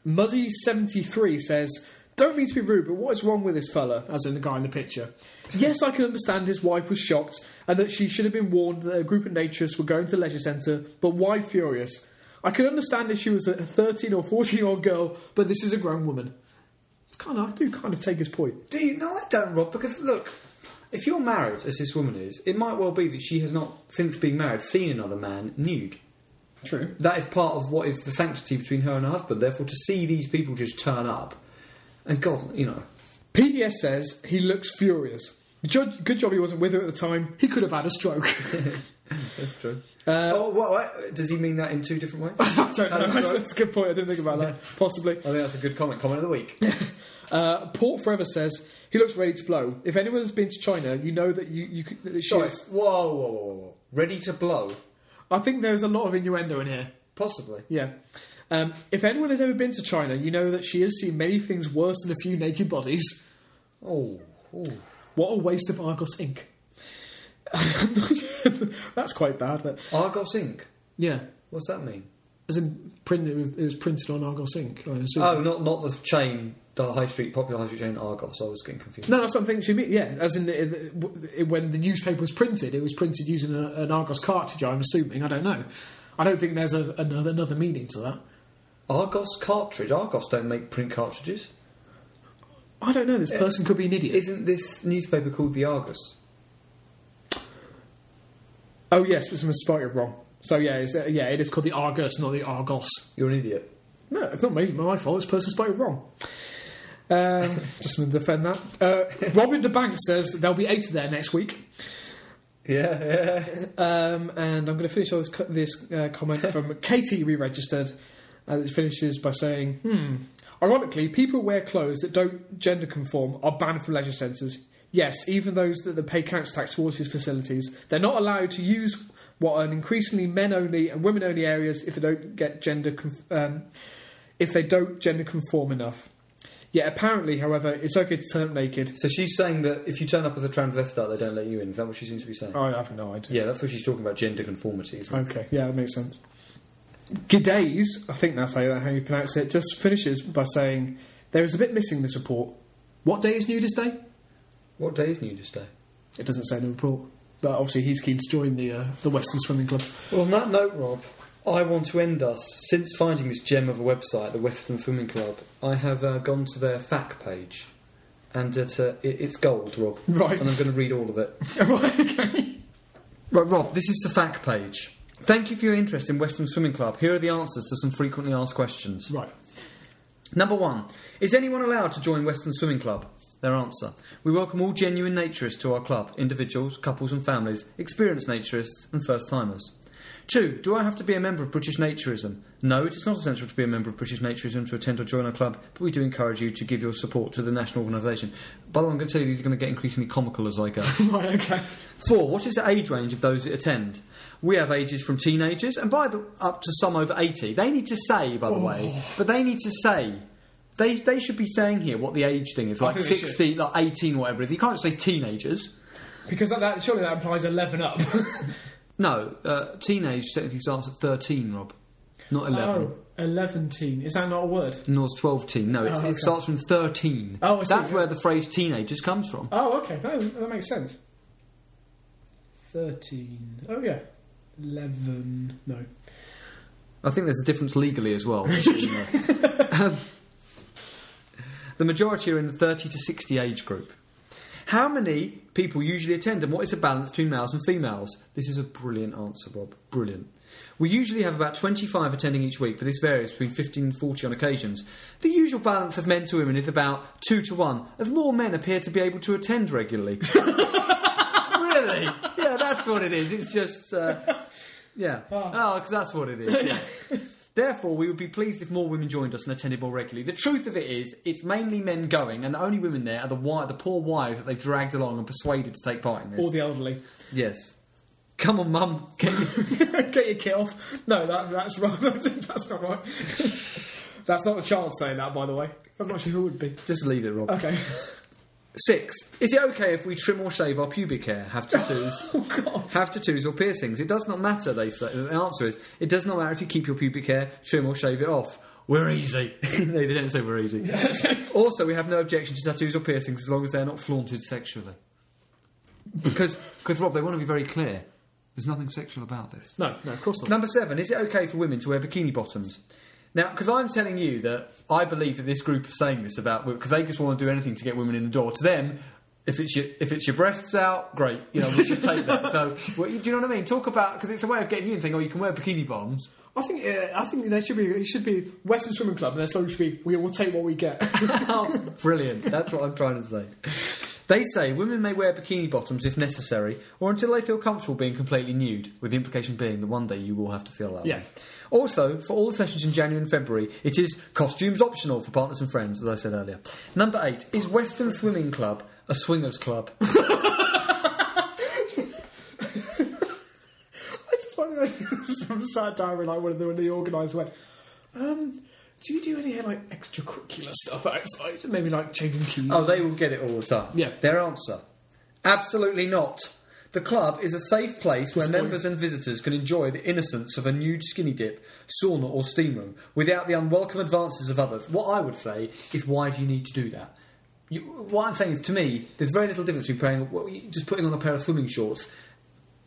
B: Muzzy seventy three says, "Don't mean to be rude, but what is wrong with this fella?" As in the guy in the picture. yes, I can understand his wife was shocked and that she should have been warned that a group of naturists were going to the leisure centre, but why furious? I can understand that she was a thirteen or fourteen year old girl, but this is a grown woman. It's kind of I do kind of take his point.
A: Do you? No, I don't, Rob. Because look, if you're married, as this woman is, it might well be that she has not, since being married, seen another man nude.
B: True.
A: that is part of what is the sanctity between her and her husband. Therefore, to see these people just turn up, and God, you know,
B: PDS says he looks furious. Judge, good job he wasn't with her at the time. He could have had a stroke. *laughs*
A: that's true. oh, what, what? Does he mean that in two different ways? *laughs*
B: I don't know.
A: That's
B: That's,
A: right.
B: a good point. I didn't think about that. Possibly.
A: I think that's a good comment. Comment of the week.
B: Uh, Port Forever says he looks ready to blow. If anyone's been to China, you know that you, you could- that she
A: Sorry.
B: is.
A: Whoa, whoa, whoa, whoa, whoa. Ready to blow?
B: I think there's a lot of innuendo in here.
A: Possibly.
B: Yeah. Um, if anyone has ever been to China, you know that she has seen many things worse than a few naked bodies.
A: Oh, oh.
B: What a waste of Argos ink. *laughs* That's quite bad, but
A: Argos Inc.
B: yeah.
A: What's that mean?
B: As in, print, it, was, it was printed on Argos ink. I assume.
A: Oh, not not the chain, the high street, popular high street chain Argos. I was getting confused.
B: No, that's what I'm thinking. She mean, yeah, as in the, the, when the newspaper was printed, it was printed using a, an Argos cartridge. I'm assuming. I don't know. I don't think there's a, another another meaning to that.
A: Argos cartridge. Argos don't make print cartridges.
B: I don't know. This person could be an idiot.
A: Isn't this newspaper called the Argus?
B: oh yes, but someone spelt it wrong. So yeah, it's, uh, yeah, it is called the Argos, not the Argos.
A: You're an idiot.
B: No, it's not me. My fault. This person spelt it wrong. Um, *laughs* just to defend that. Uh, Robin de Bank says there'll be eight there next week.
A: Yeah, yeah.
B: Um, and I'm going to finish all this, co- this uh, comment from Katie re-registered. Uh, it finishes by saying, "Hmm, ironically, people who wear clothes that don't gender conform are banned from leisure centres. Yes, even those that the pay council tax towards these facilities, they're not allowed to use what are increasingly men-only and women-only areas if they don't get gender conf- um, if they don't gender conform enough. Yet apparently, however, it's okay to turn up naked.
A: So she's saying that if you turn up as a transvestite, they don't let you in. Is that what she seems to be saying?
B: I have no idea."
A: Yeah, that's what she's talking about gender conformity. Isn't it?
B: Okay, yeah, that makes sense. Giddays, I think that's how you, how you pronounce it, just finishes by saying, There is a bit missing in this report. What day is Nudist Day?
A: What day is Nudist Day?
B: It doesn't say in the report. But obviously, he's keen to join the, uh, the Western Swimming Club. *laughs*
A: Well, on that note, Rob, I want to end us. Since finding this gem of a website, the Western Swimming Club, I have uh, gone to their fact page, and it, uh, it, it's gold, Rob.
B: Right.
A: And I'm going to read all of it.
B: right, okay.
A: *laughs* Right, Rob, this is the fact page. Thank you for your interest in Western Swimming Club. Here are the answers to some frequently asked questions.
B: Right.
A: Number one, is anyone allowed to join Western Swimming Club? Their answer. We welcome all genuine naturists to our club, individuals, couples and families, experienced naturists and first timers. Two, do I have to be a member of British Naturism? No, it is not essential to be a member of British Naturism to attend or join our club, but we do encourage you to give your support to the national organisation. By the way, I'm going to tell you these are going to get increasingly comical as I go.
B: *laughs* right, okay.
A: Four, what is the age range of those that attend? We have ages from teenagers and by the up to some over 80. They need to say, by the way,
B: Oh.
A: but they need to say. They, they should be saying here what the age thing is, like
B: think they should.
A: 60, like 18, whatever. You can't just say teenagers.
B: Because that, that surely that implies eleven up.
A: No, uh, teenage technically starts at 13, Rob, not 11.
B: oh, 11 teen. Is that not a word?
A: Nor's 12 teen. No, it's,
B: Oh, okay.
A: it starts from 13.
B: Oh, I see.
A: That's where the phrase teenagers comes from.
B: Oh, okay. That, that makes sense. 13. Oh, yeah. 11. No.
A: I think there's a difference legally as well. you know. Um, the majority are in the 30 to 60 age group. How many people usually attend, and what is the balance between males and females? This is a brilliant answer, Bob. Brilliant. We usually have about 25 attending each week, but this varies between 15 and 40 on occasions. The usual balance of men to women is about 2 to 1, as more men appear to be able to attend regularly. really? Yeah, that's what it is. It's just. Uh, yeah. Oh, because that's what it is. yeah. Therefore, we would be pleased if more women joined us and attended more regularly. The truth of it is, it's mainly men going, and the only women there are the, wi- the poor wives that they've dragged along and persuaded to take part in this.
B: All the elderly.
A: yes. Come on, mum. *laughs* Get your-
B: *laughs* Get your kit off. No, that's, that's wrong. *laughs* That's, that's not right. *laughs* that's not a child saying that, by the way. I'm not sure who would be.
A: Just leave it, Rob.
B: Okay.
A: Six. Is it okay if we trim or shave our pubic hair, have tattoos,
B: *laughs* Oh, God.
A: have tattoos or piercings? It does not matter. They say the answer is it does not matter if you keep your pubic hair, trim or shave it off. We're easy. *laughs* no, they don't say we're easy. also, we have no objection to tattoos or piercings as long as they are not flaunted sexually. Because, because Rob, they want to be very clear. There's nothing sexual about this.
B: No, no, of course not.
A: Number seven, is it okay for women to wear bikini bottoms? Now, because I'm telling you that I believe that this group are saying this about because they just want to do anything to get women in the door. To them, if it's your if it's your breasts out, great, you know, we'll just take that. So, *laughs* well, you- do you know what I mean? Talk about because it's a way of getting you in. Think, oh, you can wear bikini bottoms.
B: I think uh, I think there should be it should be Western Swimming Club, and their slogan should be "We will take what we get." *laughs*
A: Oh, *laughs* brilliant! That's what I'm trying to say. They say women may wear bikini bottoms if necessary, or until they feel comfortable being completely nude, with the implication being that one day you will have to feel that
B: Yeah.
A: way. Also, for all the sessions in January and February, it is costumes optional for partners and friends, as I said earlier. Number eight is Western Swimming Club a swingers club?
B: I just like that. *laughs* some sad diary like one of the, the organisers went, um, do you do any like extracurricular stuff outside? Maybe like changing keys.
A: Oh, they will get it all the time.
B: Yeah.
A: Their answer absolutely not. The club is a safe place where
B: Disappointing.
A: members and visitors can enjoy the innocence of a nude skinny dip, sauna, or steam room without the unwelcome advances of others. What I would say is, why do you need to do that? You, what I'm saying is, to me, there's very little difference between playing, well, you- just putting on a pair of swimming shorts.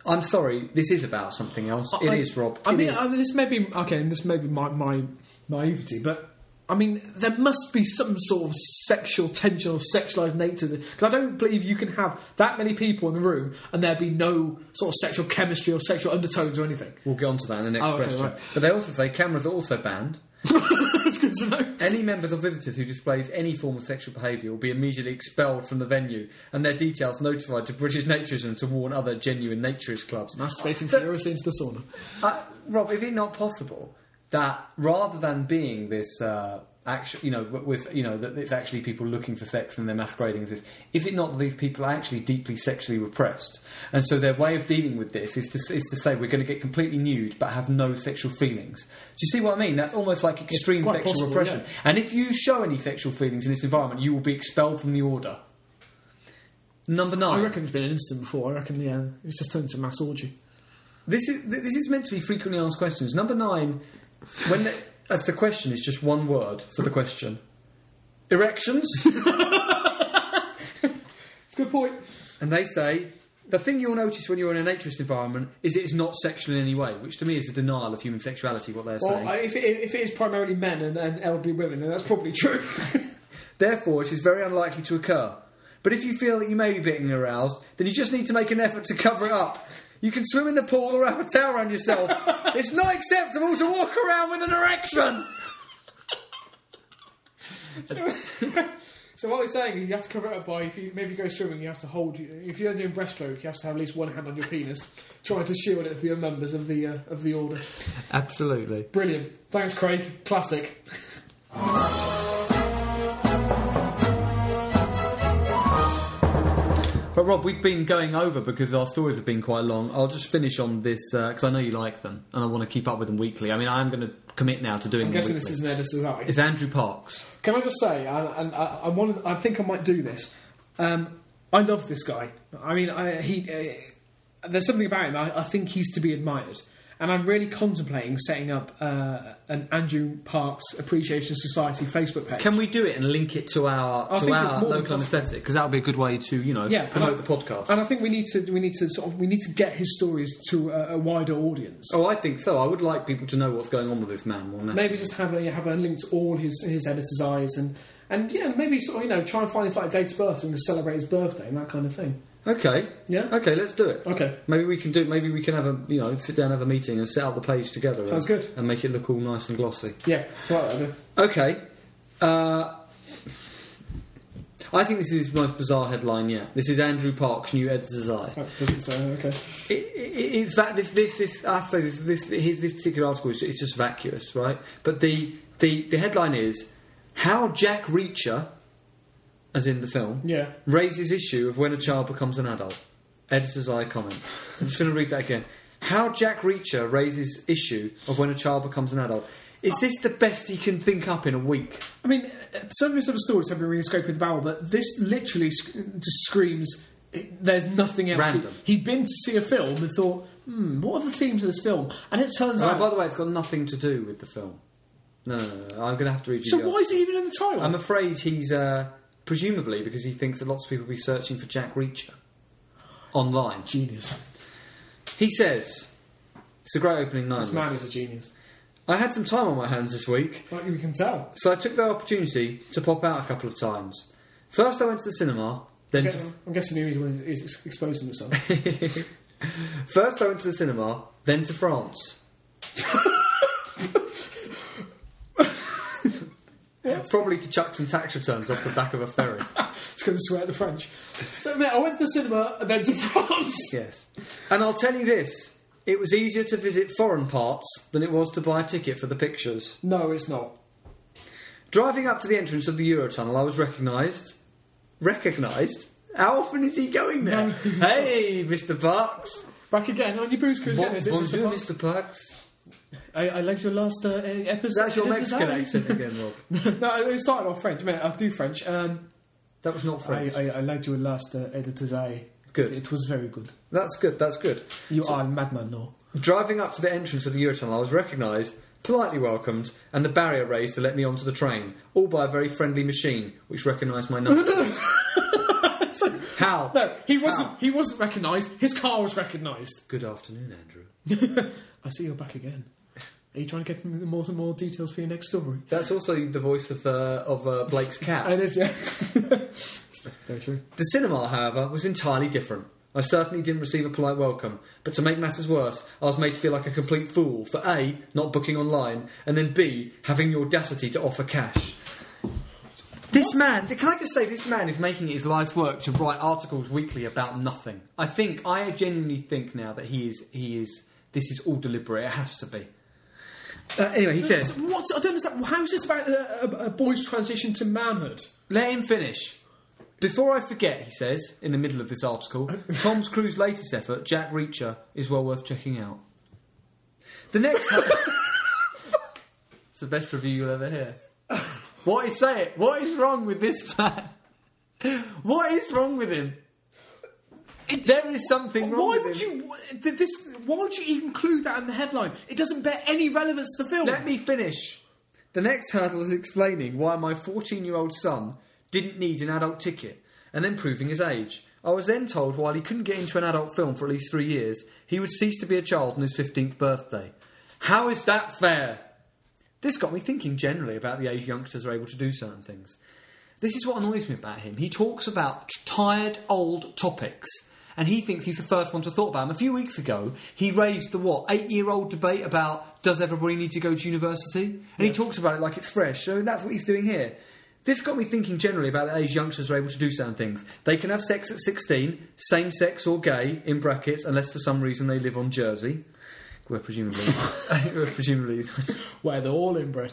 A: I'm sorry, this is about something else. It is,
B: I-
A: Rob.
B: I
A: It
B: mean,
A: is.
B: I mean, this may be okay. This may be my, my naivety, but I mean, there must be some sort of sexual tension or sexualized nature. Because I don't believe you can have that many people in the room and there be no sort of sexual chemistry or sexual undertones or anything. *laughs*
A: We'll get on to that in the next
B: Oh, okay,
A: question.
B: right.
A: But they also say cameras are also banned.
B: That's good to know.
A: Any members or visitors who displays any form of sexual behaviour will be immediately expelled from the venue and their details notified to British Naturism to warn other genuine naturist clubs.
B: Masturbating furiously into the sauna.
A: Uh, Rob, is it not possible that rather than being this, uh, actually, you know, w- with you know, that it's actually people looking for sex and they're masquerading as this, is it not that these people are actually deeply sexually repressed, and so their way of dealing with this is to, is to say we're going to get completely nude but have no sexual feelings. Do you see what I mean? That's almost like extreme
B: quite
A: sexual
B: possible,
A: repression.
B: yeah.
A: And if you show any sexual feelings in this environment, you will be expelled from the order. Number nine.
B: I reckon there's been an incident before. I reckon yeah, it's just turned into mass orgy.
A: This is th- this is meant to be frequently asked questions. Number nine, when the, as the question is just one word for the question,
B: *laughs*
A: erections,
B: It's a good point.
A: and they say the thing you'll notice when you're in a naturist environment is it's not sexual in any way, which to me is a denial of human sexuality. What they're saying.
B: Well, I, if, it, if it is primarily men and, and elderly women, then that's probably true. *laughs*
A: Therefore, it is very unlikely to occur. But if you feel that you may be being aroused, then you just need to make an effort to cover it up. You can swim in the pool or wrap a towel around
B: *laughs*
A: yourself. it's not acceptable to walk around with an erection.
B: So what we're saying is you have to cover it up by if you maybe go swimming you have to hold if you're doing breaststroke you have to have at least one hand on your penis trying to shield it for your members of the uh, of the order.
A: Absolutely.
B: Brilliant. Thanks, Craig. Classic.
A: But Rob, we've been going over because our stories have been quite long. I'll just finish on this because I know you like them and I want to keep up with them weekly. I mean, I'm going to commit now to doing.
B: I'm
A: them
B: guessing this
A: weekly.
B: is an editor's eye.
A: It's Andrew Parks.
B: Can I just say, I, and uh, I, I wanted, I think I might do this. Um, I love this guy. I mean, I, he. Uh, there's something about him. I, I think he's to be admired, and I'm really contemplating setting up uh, an Andrew Parks Appreciation Society Facebook page.
A: Can we do it and link it to our
B: I
A: to
B: think it's
A: our
B: more than
A: local
B: possible.
A: anaesthetic? Because that would be a good way to you know
B: yeah,
A: promote
B: and I-
A: the podcast.
B: And I think we need to we need to sort of we need to get his stories to a, a wider audience.
A: oh, I think so. I would like people to know what's going on with this man. More now.
B: Maybe just have a, have a link to all his his editor's eyes and. And yeah, maybe sort of, you know, try and find his like date of birth and celebrate his birthday and that kind of thing.
A: Okay.
B: Yeah.
A: Okay, let's do it.
B: Okay.
A: Maybe we can do. Maybe we can have a you know sit down, have a meeting, and set out the page together.
B: Sounds
A: and,
B: good.
A: And make it look all nice and glossy.
B: Yeah, right. idea.
A: Okay. Uh, I think this is the most bizarre headline yet. This is Andrew Park's new editor's eye.
B: Oh, doesn't say. Okay.
A: I- I- In fact, this this this I have to say this this, his- this particular article is it's just vacuous, right? But the the the headline is how Jack Reacher, as in the film,
B: Yeah.
A: raises issue of when a child becomes an adult. Editor's eye comment. I'm just going to read that again. How Jack Reacher raises issue of when a child becomes an adult. Is this the best he can think up in a week?
B: I mean, uh, some of his other stories have been really scraping the barrel, but this literally sc- just screams. it- There's nothing else.
A: Random.
B: He, had been to see a film and thought, "Hmm, what are the themes of this film?" And it turns
A: Oh,
B: out.
A: by the way, it's got nothing to do with the film. No, no, no. no. I'm going to have to read you.
B: so
A: the
B: why is it even in the title?
A: I'm afraid he's uh, presumably because he thinks that lots of people will be searching for Jack Reacher online.
B: genius.
A: He says, "It's a great opening
B: This man
A: night."
B: is a genius.
A: I had some time on my hands this week,
B: Like we can tell.
A: so I took the opportunity to pop out a couple of times. First, I went to the cinema.
B: I'm
A: Then, to
B: guessing, I'm guessing he's, he's ex-
A: *laughs*
B: exposing himself.
A: first I went to the cinema, then to France. Probably to chuck some tax returns off the back of a
B: *laughs*
A: ferry.
B: He's going to swear to French. So, mate, I went to the cinema and then to *laughs* France.
A: Yes. And I'll tell you this it was easier to visit foreign parts than it was to buy a ticket for the pictures.
B: No, it's not.
A: Driving up to the entrance of the Eurotunnel, I was recognised. Recognised? How often is he going there?
B: No.
A: hey, Mr. Parks.
B: Back again on your booze cruise again,
A: Bon-
B: is it?
A: bonjour,
B: Mr. Fox?
A: Mr. Parks.
B: I, I liked your last uh, episode.
A: That's your Mexican
B: episode.
A: accent again, Rob.
B: *laughs* no, it started off French. Mate, I do French. Um,
A: That was not French.
B: I, I, I liked your last uh, editor's eye.
A: Good.
B: It was very good.
A: That's good, that's good.
B: You are a madman, no?
A: Driving up to the entrance of the Eurotunnel, I was recognised, politely welcomed, and the barrier raised to let me onto the train, all by a very friendly machine which recognised my
B: *laughs*
A: number. How?
B: No, he wasn't.
A: How?
B: He wasn't recognised. His car was recognised.
A: Good afternoon, Andrew.
B: I see you're back again. Are you trying to get me more and more details for your next story?
A: That's also the voice of uh, of uh, Blake's
B: I
A: cat.
B: did, yeah. very true.
A: The cinema, however, was entirely different. I certainly didn't receive a polite welcome, but to make matters worse, I was made to feel like a complete fool for A, not booking online, and then B, having the audacity to offer cash. This man, can I just say, this man is making it his life's work to write articles weekly about nothing. I think, I genuinely think now that he is, he is, this is all deliberate, it has to be. Uh, anyway, he says,
B: What? I don't understand. How is this about a, a, a boy's transition to manhood?
A: Let him finish. Before I forget, he says, in the middle of this
B: *laughs*
A: article, Tom's Cruise's latest effort, Jack Reacher, is well worth checking out. The next. *laughs* it's the best review you'll ever hear. What is say it? What is wrong with this man? *laughs* What is wrong with him? there is something wrong
B: Why
A: with
B: would
A: him.
B: you? wh- th- This? Why would you even include that in the headline? It doesn't bear any relevance to the film.
A: Let me finish. The next hurdle is explaining why my 14 year old son didn't need an adult ticket and then proving his age. I was then told while he couldn't get into an adult film for at least three years, he would cease to be a child on his 15th birthday. How is that fair? This got me thinking generally about the age youngsters are able to do certain things. This is what annoys me about him. He talks about t- tired old topics, and he thinks he's the first one to have thought about them. A few weeks ago, he raised the what eight year old debate about does everybody need to go to university, and he talks about it like it's fresh. So that's what he's doing here. This got me thinking generally about that age youngsters are able to do certain things. They can have sex at 16, same sex or gay, in brackets, unless for some reason they live on Jersey. Where presumably. *laughs* where presumably. *laughs*
B: Where they're all inbred.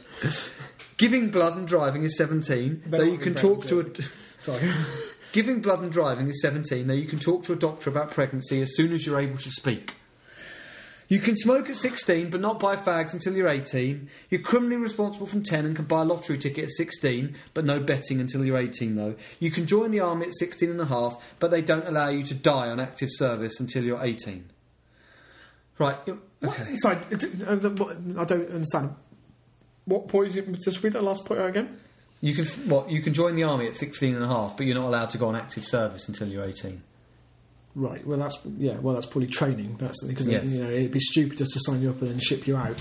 A: Giving blood and driving is 17,
B: They're
A: though
B: not
A: you can
B: inbred
A: talk
B: in
A: to a.
B: Jersey. *laughs* Sorry.
A: Giving blood and driving is 17, though you can talk to a doctor about pregnancy as soon as you're able to speak. You can smoke at 16, but not buy fags until you're 18. You're criminally responsible from 10 and can buy a lottery ticket at 16, but no betting until you're 18, though. You can join the army at 16 and a half, but they don't allow you to die on active service until you're 18. Right, you- okay.
B: What? Sorry, d- d- uh, the- what- I don't understand. What point is it? Just read that last point out again.
A: You can, f- what, you can join the army at 16 and a half, but you're not allowed to go on active service until you're 18.
B: Right. Well, that's yeah. Well, that's probably training. That's because
A: Yes.
B: you know it'd be stupid just to sign you up and then ship you out.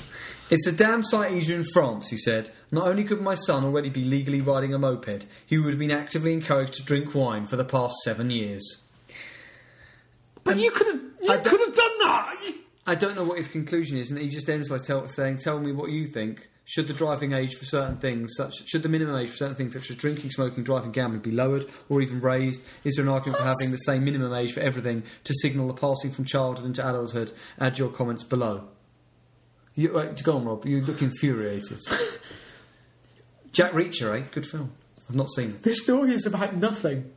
A: It's a damn sight easier in France, he said. Not only could my son already be legally riding a moped, he would have been actively encouraged to drink wine for the past seven years.
B: But you could have.
A: I
B: You
A: don't-
B: could have done that. You-
A: I don't know what his conclusion is, and he just ends by tell, saying, "Tell me what you think. Should the driving age for certain things, such should the minimum age for certain things, such as drinking, smoking, driving, gambling, be lowered or even raised? Is there an argument for having the same minimum age for everything to signal the passing from childhood into adulthood? Add your comments below." You, right, go on, Rob. You look infuriated. Jack Reacher, eh? Good film. I've not seen it.
B: This story is about nothing.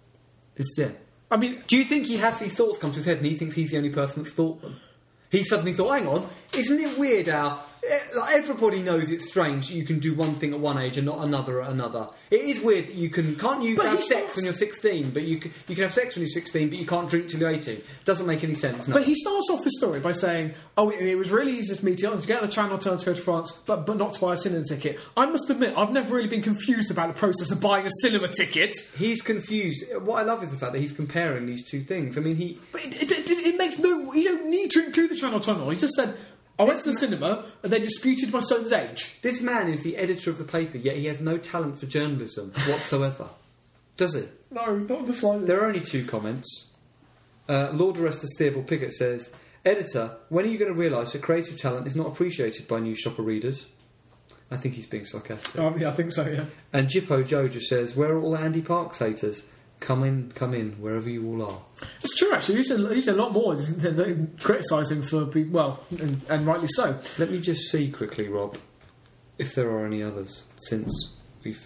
A: It's yeah.
B: I mean,
A: Do you think he had these thoughts come to his head and he thinks he's the only person that thought them? He suddenly thought, hang on, isn't it weird how eh, like, everybody knows it's strange that you can do one thing at one age and not another at another? It is weird that you can, can't you
B: But
A: have
B: he
A: sex
B: starts-
A: when you're 16, but you can, you can have sex when you're 16, but you can't drink till you're 18? Doesn't make any sense, no.
B: but he starts off the story by saying, "Oh, it, it was really easy for me to, to get on the channel turn to go to France, but but not to buy a cinema ticket." I must admit, I've never really been confused about the process of buying a cinema ticket.
A: he's confused. What I love is the fact that he's comparing these two things. I mean, he.
B: But it, it, it, it makes no. You don't need to include the Channel Tunnel. He just said, I went to the cinema and they disputed my son's age.
A: This man is the editor of the paper, yet he has no talent for journalism whatsoever. Does he?
B: No, not the slightest.
A: There are only two comments. Uh, Lord Arrestor Theobald Pickett says, Editor, when are you going to realise that creative talent is not appreciated by new shopper readers? I think he's being sarcastic.
B: Oh, yeah, I think so, yeah.
A: And Jippo Joe just says, Where are all Andy Parks haters? Come in, come in, wherever you all are.
B: It's true, actually. You said, you said a lot more than than criticise him for being, well, and, and rightly so.
A: Let me just see quickly, Rob, if there are any others since we've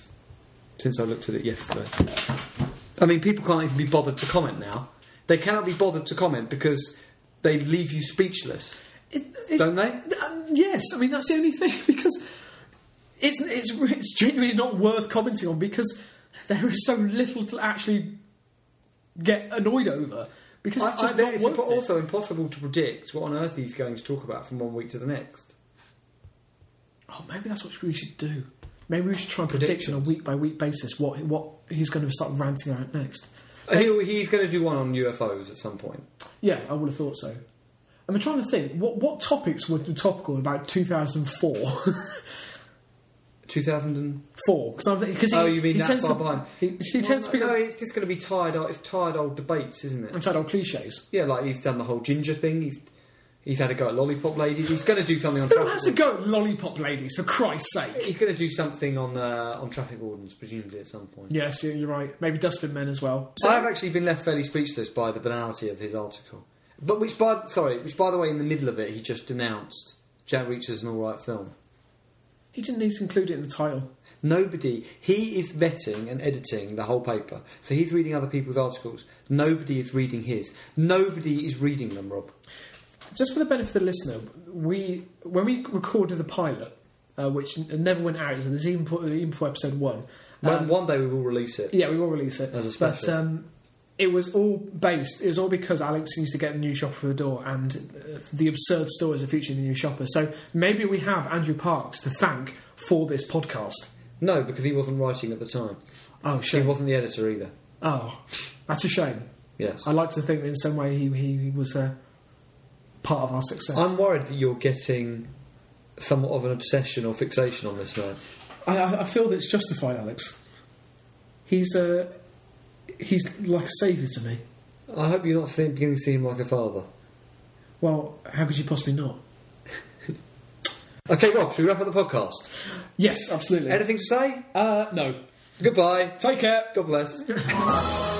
A: since I looked at it yesterday. I mean, people can't even be bothered to comment now. They cannot be bothered to comment because they leave you speechless,
B: It, it's,
A: don't they?
B: um, yes, I mean, that's the only thing, *laughs* because it's, it's, it's genuinely not worth commenting on because there is so little to actually get annoyed over. Because
A: I-
B: it's just
A: I-
B: not
A: it's
B: worth
A: impo-
B: it.
A: also impossible to predict what on earth he's going to talk about from one week to the next.
B: Oh, maybe that's what we should do. Maybe we should try and predict on a week by week basis what what he's going to start ranting out next.
A: He'll, he's going to do one on UFOs at some point.
B: Yeah, I would have thought so. I'm trying to think what what topics were topical about 2004.
A: 2000 and...
B: *laughs* Four, because
A: oh, you mean
B: he
A: that
B: tends
A: far
B: to
A: behind? Oh,
B: he, he
A: Well,
B: tends to be
A: No,
B: no,
A: it's just going to be tired old, it's tired old debates, isn't it?
B: entitled cliches.
A: Yeah, like he's done the whole ginger thing. He's he's had a go at lollipop ladies. He's going to do
B: *laughs*
A: something on
B: Who
A: traffic.
B: has to go at lollipop ladies for Christ's sake?
A: He's going to do something on uh, on traffic wardens, presumably at some point.
B: Yes, yeah, you're right. Maybe dustbin men as well. So-
A: I have actually been left fairly speechless by the banality of his article, but which by sorry, which by the way, in the middle of it, he just denounced Jack Reacher's an all right film.
B: he didn't need to include it in the title.
A: Nobody, he is vetting and editing the whole paper, so he's reading other people's articles. Nobody is reading his. Nobody is reading them, Rob.
B: just for the benefit of the listener, we when we recorded the pilot, uh, which n- never went out, and it's even before, even before episode one.
A: One-
B: um,
A: one day we will release it.
B: yeah, we will release it
A: As a
B: But
A: special.
B: um, it was all based. It was all because Alex used to get the new shopper for the door, and uh, the absurd stories are featured in the new shopper. So maybe we have Andrew Parks to thank for this podcast.
A: No, because he wasn't writing at the time.
B: Oh
A: He
B: shame!
A: wasn't the editor either.
B: Oh, that's a shame.
A: Yes.
B: I like to think that in some way he he, he was uh, part of our success.
A: I'm worried that you're getting somewhat of an obsession or fixation on this man.
B: I, I, I feel that it's justified, Alex. He's uh, he's like a saviour to me.
A: I hope you're not seeing, beginning to see him like a father.
B: Well, how could you possibly not?
A: Okay, Rob, should we wrap up the podcast?
B: Yes, absolutely.
A: Anything to say?
B: Uh, no.
A: Goodbye.
B: Take care.
A: God bless.